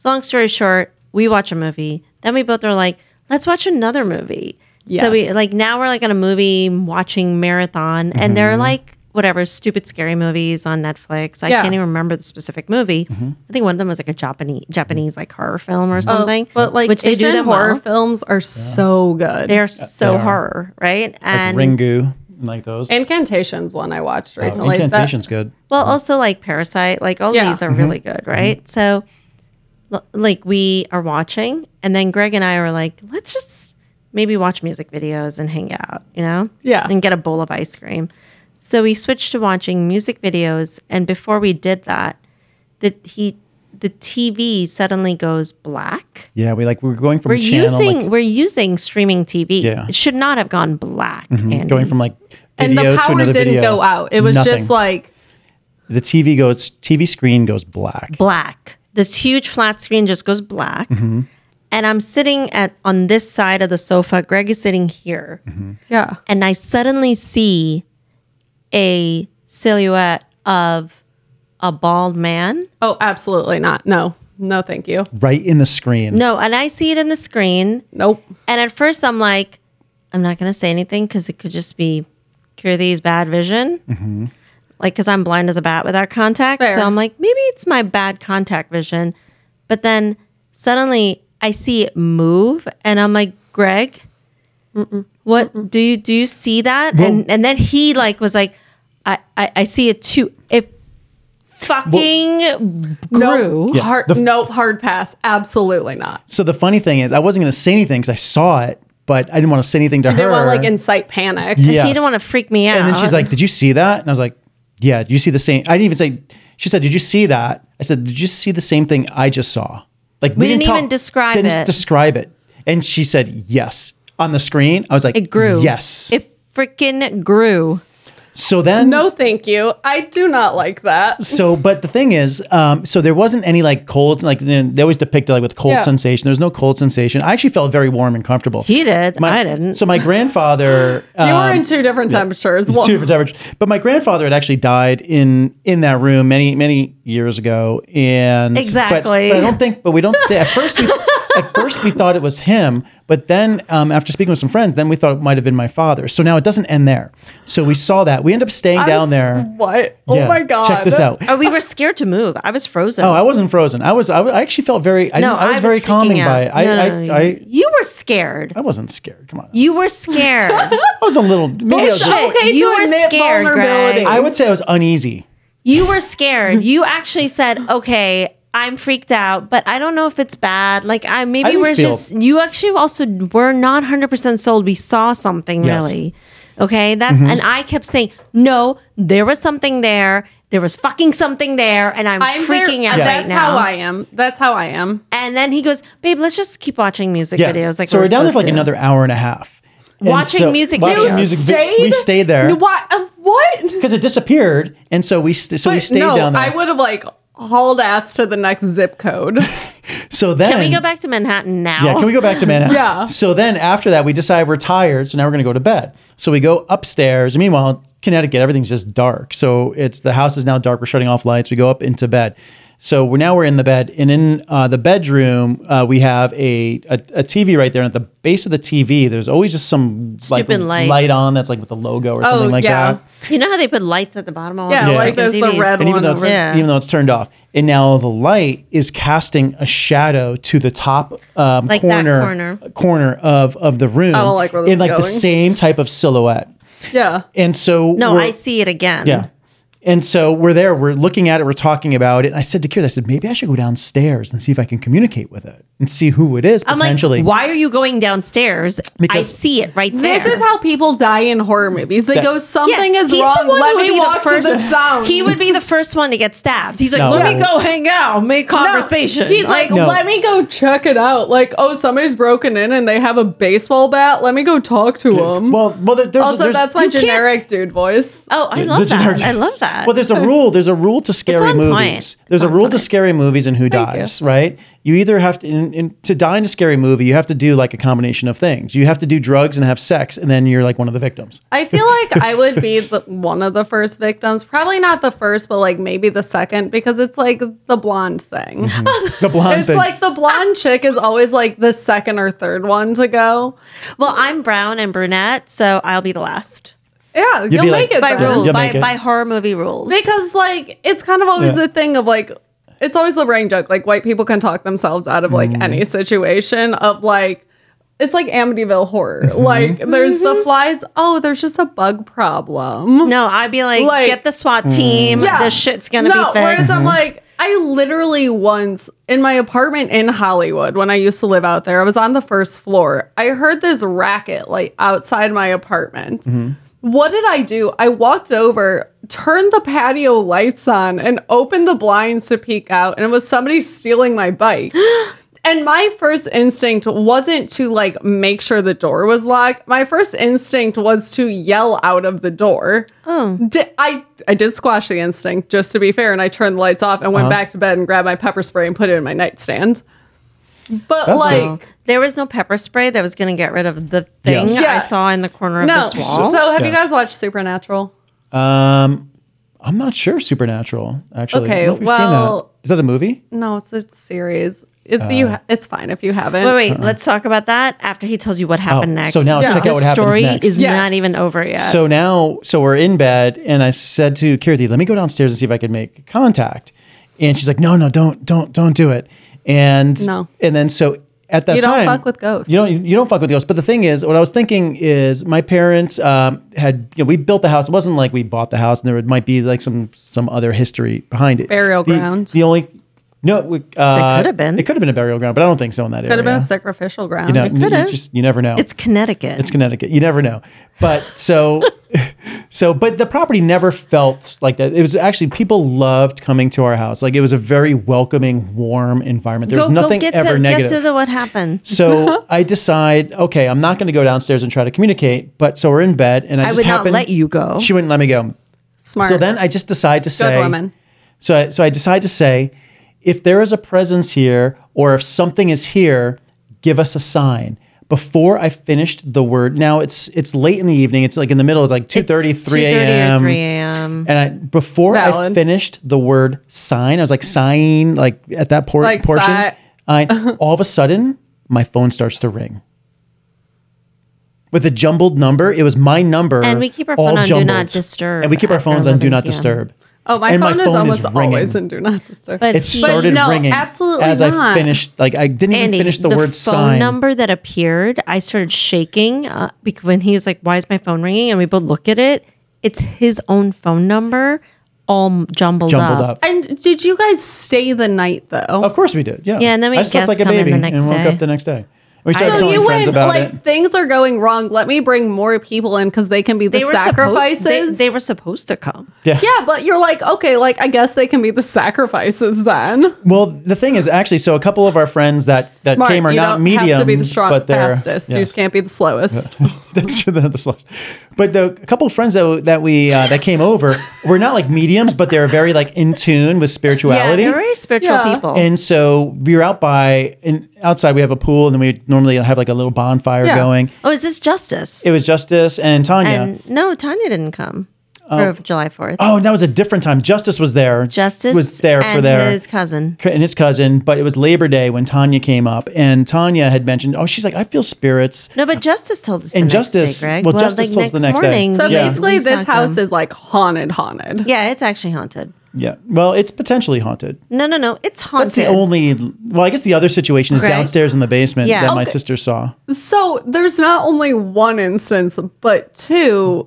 So long story short, we watch a movie. Then we both are like, let's watch another movie. So we Yes. Mm-hmm. like now we're like on a movie watching marathon, and they're like whatever stupid scary movies on Netflix. I Yeah. Mm-hmm. can't even remember the specific movie. I think one of them was like a Japanese Japanese like horror film or something. Oh, But like which they Asian do them horror well. films are so good. They're so they are. horror, right? like And Ringu and like those. Incantations one I watched Oh, recently. Incantation's that, good. Well, also like Parasite, like all Yeah. these Mm-hmm. are really good, right? So, l- like we are watching, and then Greg and I are like, let's just maybe watch music videos and hang out, you know? Yeah. And get a bowl of ice cream. So we switched to watching music videos, and before we did that, the he the TV suddenly goes black. Yeah, we like we were going from We're channel like, using we're using streaming TV. Yeah. Mm-hmm. It should not have gone black. Andy. going from like and video the to power another didn't video. go out. It was Nothing. just like the TV goes TV screen goes black. black. This huge flat screen just goes black. And I'm sitting at on this side of the sofa. Greg is sitting here. yeah. And I suddenly see a silhouette of a bald man. Oh, absolutely not. No, no, thank you. Right in the screen. No, and I see it in the screen. Nope. And at first I'm like, I'm not going to say anything because it could just be Kirthy's bad vision. Like, because I'm blind as a bat without contact. Fair. So I'm like, maybe it's my bad contact vision. But then suddenly I see it move and I'm like, Greg, what do you do you see that? and and then he like was like, I, I, I see it too. It fucking grew. Nope. Hard, nope. Hard pass. Absolutely not. So the funny thing is, I wasn't going to say anything because I saw it, but I didn't want to say anything to her. Didn't want to like incite panic. Yes. He didn't want to freak me out. And then she's like, "Did you see that?" And I was like, "Yeah, do you see the same?" I didn't even say She said, "Did you see that?" I said, "Did you see the same thing I just saw?" Like we, didn't even describe didn't it. Describe it, and she said, "Yes." On the screen, I was like, It grew. Yes. It freaking grew. so then, No, thank you. I do not like that. so but the thing is um so there wasn't any like cold like you know, they always depict it like with cold Yeah. sensation there's no cold sensation i actually felt very warm and comfortable He did. I didn't. so my grandfather *laughs* You um, were in two different temperatures. Well, two different temperatures but my grandfather had actually died in in that room many many years ago and but- Exactly. but, i don't think but we don't thi- at first *laughs* we at first we thought it was him but then um, after speaking with some friends then we thought it might have been my father so now it doesn't end there so we saw that we end up staying I was- down there What? Oh Yeah, my god. check this out Oh, we were scared to move. I was frozen. Oh, I wasn't frozen. I was. I, wa- I actually felt very. I, no, didn't- I was very freaking calming out. by it. I, No, I, no, no, I, you- you were scared. I wasn't scared. Come on. You were *laughs* scared. I was a little. Maybe I, was It's a- Bullshit. okay You to were admit scared, vulnerability. Greg. I would say I was uneasy. you were scared. You actually said, "Okay, I'm freaked out, but I don't know if it's bad." Like I maybe didn't we're feel- just you actually also were not 100% sold. We saw something Yes. Mm-hmm. really. Okay? That and I kept saying, "No, there was something there. There was fucking something there, and I'm, I'm very- freaking out That's right now." how I am. That's how I am. and then he goes, "Babe, let's just keep watching music Yeah. videos." Like so we we're down there for supposed like to." another hour and a half. And Watching music videos. vi- We stayed there Why? uh, What? because it disappeared, and so we st- so we But stayed no, down there. I would have like hauled ass to the next zip *laughs* code. so then Can we go back to Manhattan now? Yeah, can we go back to Manhattan? Yeah. So then after that, we decide we're tired, so now we're gonna go to bed. So we go upstairs. Meanwhile, Connecticut, everything's just dark. So it's the house is now dark. We're shutting off lights. We go up into bed. So we're now we're in the bed, and in uh, the bedroom uh, we have a, a a TV right there. And at the base of the TV, there's always just some like Stupid light. Oh, light on that's like with the logo or something like Oh, yeah. that. *laughs* You know how they put lights at the bottom of all Yeah, these like freaking there's the TVs? red And even one though it's over- Yeah. even though it's turned off, and now the light is casting a shadow to the top um, Like that corner, corner. corner of of the room. I don't like where this in is like the going. same type of silhouette. yeah. And so No, we're- I see it again. Yeah. And so we're there, we're looking at it, we're talking about it. And I said to Kira, I said, maybe I should go downstairs and see if I can communicate with it and see who it is I'm like, potentially. why are you going downstairs? Because- I see it right there. This is how people die in horror movies. They That- go, something Yeah, is he's the wrong. one who Let would me be the walk to the first- sound. he would be the first one to get stabbed. He's like, No. let Yeah. me go hang out, make No, conversation. He's like, No. let me go check it out. Like, oh, somebody's broken in and they have a baseball bat. Let me go talk to him. well, well, there- there's also, there's, that's my You can't- generic dude voice. oh, I The love generic- that. I love that. Well, *laughs* there's a rule. There's a rule to scary on movies. point. There's It's a on rule to point. scary movies and who dies, right? You either have to in, in, to die in a scary movie, you have to do like a combination of things. You have to do drugs and have sex, and then you're like one of the *laughs* victims. I feel like I would be the, one of the first victims. Probably not the first, but like maybe the second because it's like the blonde thing. *laughs* The blonde It's Mm-hmm. thing. like the blonde chick is always like the second or third one to go. well, I'm brown and brunette, so I'll be the last. Yeah, you'll be make like- it By Yeah, then. rule. rules, you'll by, make it. by horror movie rules. because like it's kind of always Yeah. the thing of like it's always the rain joke. Like white people can talk themselves out of like any situation of like it's like Amityville horror. Like there's the flies. Oh, there's just a bug problem. no, I'd be like, Like- get the Mm. SWAT team. This shit's gonna no, be Whereas fixed. *laughs* I'm like, I literally once in my apartment in Hollywood when I used to live out there, I was on the first floor. I heard this racket like outside my apartment. What did I do? I walked over, turned the patio lights on, and opened the blinds to peek out, and it was somebody stealing my bike. And my first instinct wasn't to like make sure the door was locked. My first instinct was to yell out of the door. Oh. Di- I I did squash the instinct just to be fair, and I turned the lights off and Uh-huh. went back to bed and grabbed my pepper spray and put it in my nightstand. But That's like. good. there was no pepper spray that was gonna get rid of the thing Yes. Yeah. I saw in the corner of No. this wall. So, have you Yeah. guys watched Supernatural? um, I'm not sure. Supernatural, actually. I don't Okay, know if we've seen well- that. is that a movie? No, it's a series. It, you Uh. ha- it's fine if you haven't. Wait, wait. Let's talk about that after he tells you what happened uh-uh. Oh, next. so now Yeah. check out the what happens story next. is Yes. not even over yet. So now, so we're in bed, and I said to Kirthi, "Let me go downstairs and see if I can make contact." And she's like, "No, no, don't, don't, don't do it." And No. and then so at that You don't time, fuck with ghosts. You don't, you don't fuck with ghosts. But the thing is, what I was thinking is, my parents um, had, you know, we built the house. It wasn't like we bought the house, and there might be like some some other history behind it. Burial The- ground. The only No, we, uh, could've been. It could have been a burial ground, but I don't think so in that area. Could have been a sacrificial ground. You know, It you- you could've. just you never know. It's Connecticut. It's Connecticut. You never know. But so, *laughs* so, but the property never felt like that. It was actually people loved coming to our house. Like it was a very welcoming, warm environment. There was nothing get ever to, negative. Get to the what happened. *laughs* so I decide, okay, I'm not going to go downstairs and try to communicate. But so we're in bed, and I, I just would not happen- let you go. She wouldn't let me go. Smart. So then I just decide to say, woman. So I, so I decide to say, if there is a presence here or if something is here, give us a sign. Before I finished the word, now it's it's late in the evening. It's like in the middle. It's like 2.30, 3 or a.m. 3 a.m. And I, before I Valid. finished the word sign, I was like sign, like at that por- Like portion. si- I, *laughs* all of a sudden, my phone starts to ring with a jumbled number. It was my number, And we keep our all phone on Do jumbled. Not Disturb and we keep our after phones on Do 11 Not PM. Disturb. Oh, my And phone, is almost ringing. always in do not disturb. But It he- started no, ringing absolutely as I not. finished. Like I didn't Andy, even finish the, the word phone sign. number that appeared, I started shaking uh, because when he was like, "Why is my phone ringing?" and we both look at it, it's his own phone number, all jumbled, jumbled up. and did you guys stay the night though? Of course we did. Yeah. Yeah, and then we I had slept like guests a come in baby the next and woke day. up the next day. We started so telling you friends went about like it. things are going wrong. Let me bring more people in because they can be the They were sacrifices. Supposed, they, they were supposed to come. Yeah. yeah, but you're like, okay, like I guess they can be the sacrifices then. Well, the thing is actually, so a couple of our friends that that Smart. came are you not don't mediums, have to be the strong, but they're fastest. You yes. just can't be the slowest. *laughs* That's true, the- the slush. But the a couple of friends that that we uh, that came over were not like mediums, but they're very like in tune with Yeah, spirituality. they're very spiritual Yeah. people. And so we were out by and outside we have a pool and then we normally have like a little bonfire Yeah. going. oh, is this Justice? It was Justice and Tanya. And no, Tanya didn't come for July Fourth. oh, and that was a different time. Justice was there. Justice was there and for their his cousin. and his cousin, but it was Labor Day when Tanya came up and Tanya had mentioned, "Oh, she's like I feel spirits." No, but Justice told us. And the Justice- next day, Greg. well, Justice told us the next day. morning, So we- Yeah. basically, we saw this house them. is like haunted, haunted. Yeah, it's actually haunted. Yeah. Well, it's potentially haunted. No, no, no, it's haunted. That's the only. Well, I guess the other situation is Right. downstairs in the basement Yeah. that my Okay. sister saw. So there's not only one instance, but two.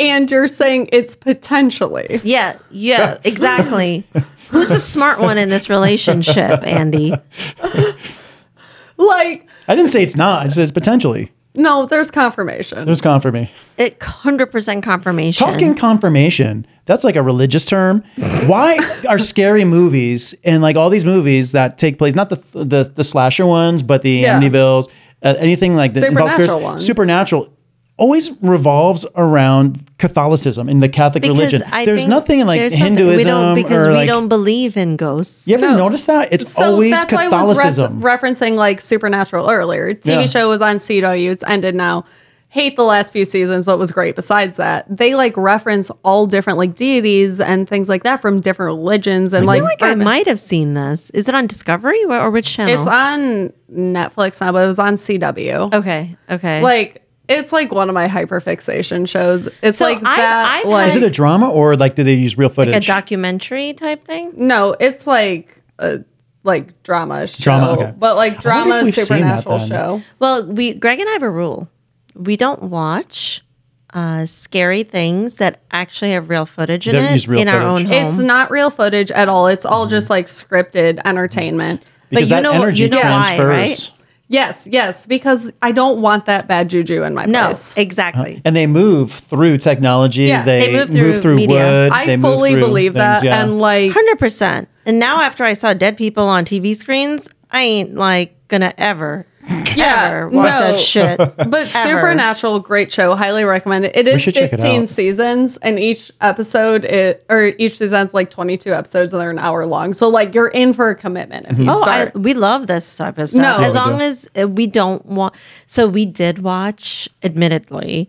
And you're saying it's potentially. yeah, *laughs* yeah, exactly. Who's the smart one in this relationship, Andy? Like, I didn't say it's not. I said it's potentially. no, there's confirmation. There's confirmation. It hundred percent confirmation. Talking confirmation. That's like a religious term. Uh-huh. Why are scary movies and like all these movies that take place not the the, the slasher ones, but the Yeah. Amityville's, uh, anything like that involves spirits, Supernatural ones. supernatural always revolves around Catholicism and the Catholic Because religion. I there's think nothing in like there's something- Hinduism we don't, because or we like. don't believe in ghosts. you ever No. notice that? It's so always that's why I was res- Catholicism. referencing like Supernatural earlier. TV Yeah. show was on CW. It's ended now. Hate the last few seasons, but was great. Besides that, they like reference all different like deities and things like that from different religions and like. I think I might have seen this. Is it on Discovery Wh- or which channel? it's on Netflix now, but it was on CW. okay, okay. Like it's like one of my hyperfixation shows. It's So like I've- that. I've like Is it a drama or like do they use real footage? a documentary type thing. no, it's like a like drama show. Drama, okay. But like I wonder if drama we've seen that supernatural then. show. Well, we Greg and I have a rule: we don't watch uh, scary things that actually have real footage in Don't it use real in our own footage. home. It's not real footage at all. It's Mm-hmm. all just like scripted entertainment. because you that know- energy you know why, transfers. right? Yes, yes, because I don't want that bad juju in my no, place. exactly. Uh-huh. And they move through technology. Yeah, they, move through, media. wood. I they move fully through believe that. things, yeah. And like Hundred percent. And now after I saw dead people on TV screens, I ain't like gonna ever Uh, yeah, ever watch that *laughs* shit. But ever. Supernatural, great show, highly recommend it. It is should check it 15 out. seasons, and each episode it or each season's like 22 episodes, and they're an hour long. So like you're in for a commitment if you Mhm. Oh, I, start. we love this type of stuff. No. Yeah, as we long do. as uh, we don't want. So we did watch, admittedly,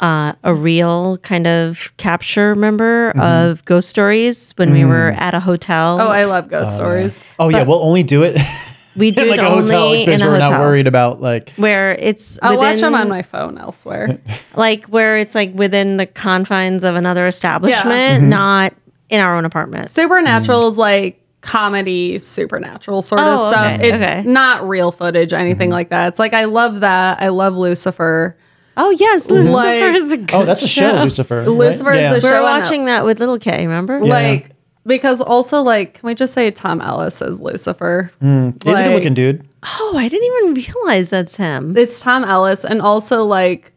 uh, a real kind of capture. Remember Mm-hmm. of ghost stories when we were Mm. at a hotel. oh, I love ghost stories. oh yeah, we'll only do it *laughs* we do in like it a hotel only in experience. a We're hotel not worried about *laughs* like where it's. I'll Oh, watch them on within- my phone elsewhere. like where it's like within the confines of another establishment, Mm-hmm. not in our own apartment. Mm. Supernatural is like comedy supernatural sort Oh, of stuff. okay, It's okay. not real footage, anything Mm-hmm. like that. It's like I love that. I love Lucifer. Oh yes, Lucifer Like- is a good oh that's a show, Lucifer. right? Lucifer is the We show were on watching that with little K. Remember? Yeah. Like Because also, like, can we just say Tom Ellis is Lucifer? Mm. He's a Like, good looking dude. Oh, I didn't even realize that's him. It's Tom Ellis, and also like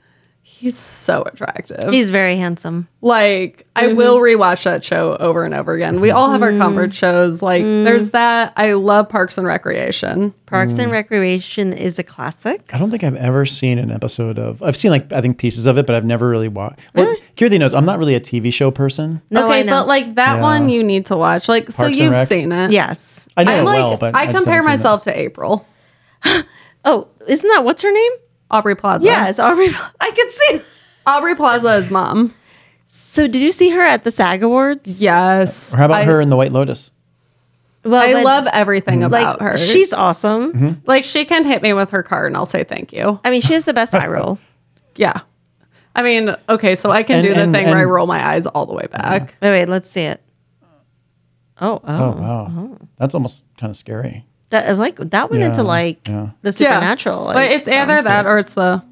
he's so attractive. He's Mm-hmm. very handsome. like I will rewatch that show over and over again. We all have Mm. our comfort shows. Like there's that. I love Parks and Recreation. Parks Mm. and Recreation is a classic. I don't think I've ever seen an episode of. I've seen like I think pieces of it, but I've never really watched. Well, Kirthi knows I'm not really a TV show person. No, Oh, I okay, know. but like that Yeah. one you need to watch. Like so Parks and you've Rec? seen it. yes. I know I it like well, but I just compare haven't seen it. myself to April. Oh, isn't that what's her name? Aubrey Plaza. Yeah, it's Aubrey. I could see. Aubrey Plaza is mom. So, did you see her at the SAG Awards? Yes. Or how about I, her in the White Lotus? Well, I but, love everything about like her. she's awesome. Mm-hmm. like she can hit me with her car and I'll say thank you. I mean, she has the best eye roll. Yeah. I mean, okay, so I can And- do the and- thing where I and- roll my eyes all the way back. *laughs* Wait, wait, let's see it. Oh, oh, Oh wow, that's almost kind of scary. that uh, like that went Yeah, into like yeah. the Yeah. supernatural. But it's either that or it's the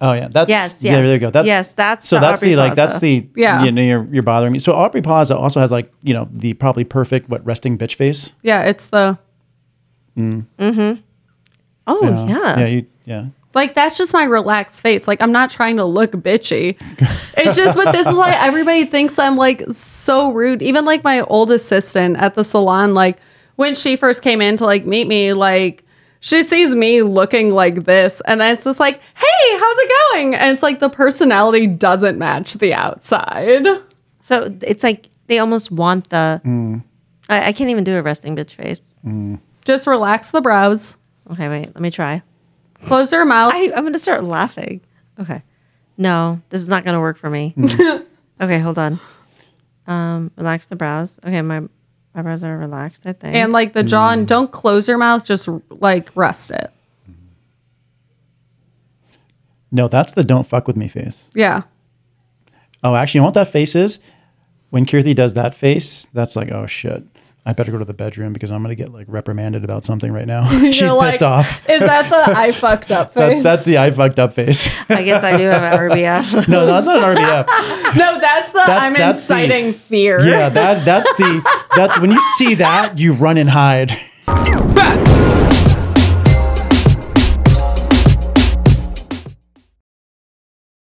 Oh yeah, that's Yes, yeah. There you yes. go. That's Yes, that's so the that's Aubrey the like that's Plaza. the Yeah. You know, you're, you're bothering me. So Aubrey Plaza also has like you know the probably perfect what resting bitch face. yeah, it's the oh Uh, yeah, yeah, you, yeah. like that's just my relaxed face. Like I'm not trying to look bitchy. It's just but this is why everybody thinks I'm like so rude. Even like my old assistant at the salon like when she first came in to like meet me like she sees me looking like this and then it's just like, "Hey, how's it going?" And it's like the personality doesn't match the outside. So it's like they almost want the. Mm. I, I can't even do a resting bitch face. Just relax the brows. Okay, wait, let me try. Close your mouth. I, I'm gonna start laughing. Okay, no, this is not gonna work for me. *laughs* okay, hold on. Um, relax the brows. Okay, my eyebrows are relaxed. I think. and like the jaw and don't close your mouth just like rest it No, that's the don't fuck with me face. yeah Oh, actually, you know what that face is? When Kirthi does that face, that's like oh shit. I better go to the bedroom because I'm gonna get like reprimanded about something right *laughs* now. *laughs* She's You're like, pissed off. is that *laughs* the i fucked up That's face that's the I fucked up face. *laughs* I guess I do have an RBF. no, that's not an RBF. *laughs* no that's the That's- i'm that's the- inciting fear Yeah, that that's the that's when you see that you run and hide. Bah!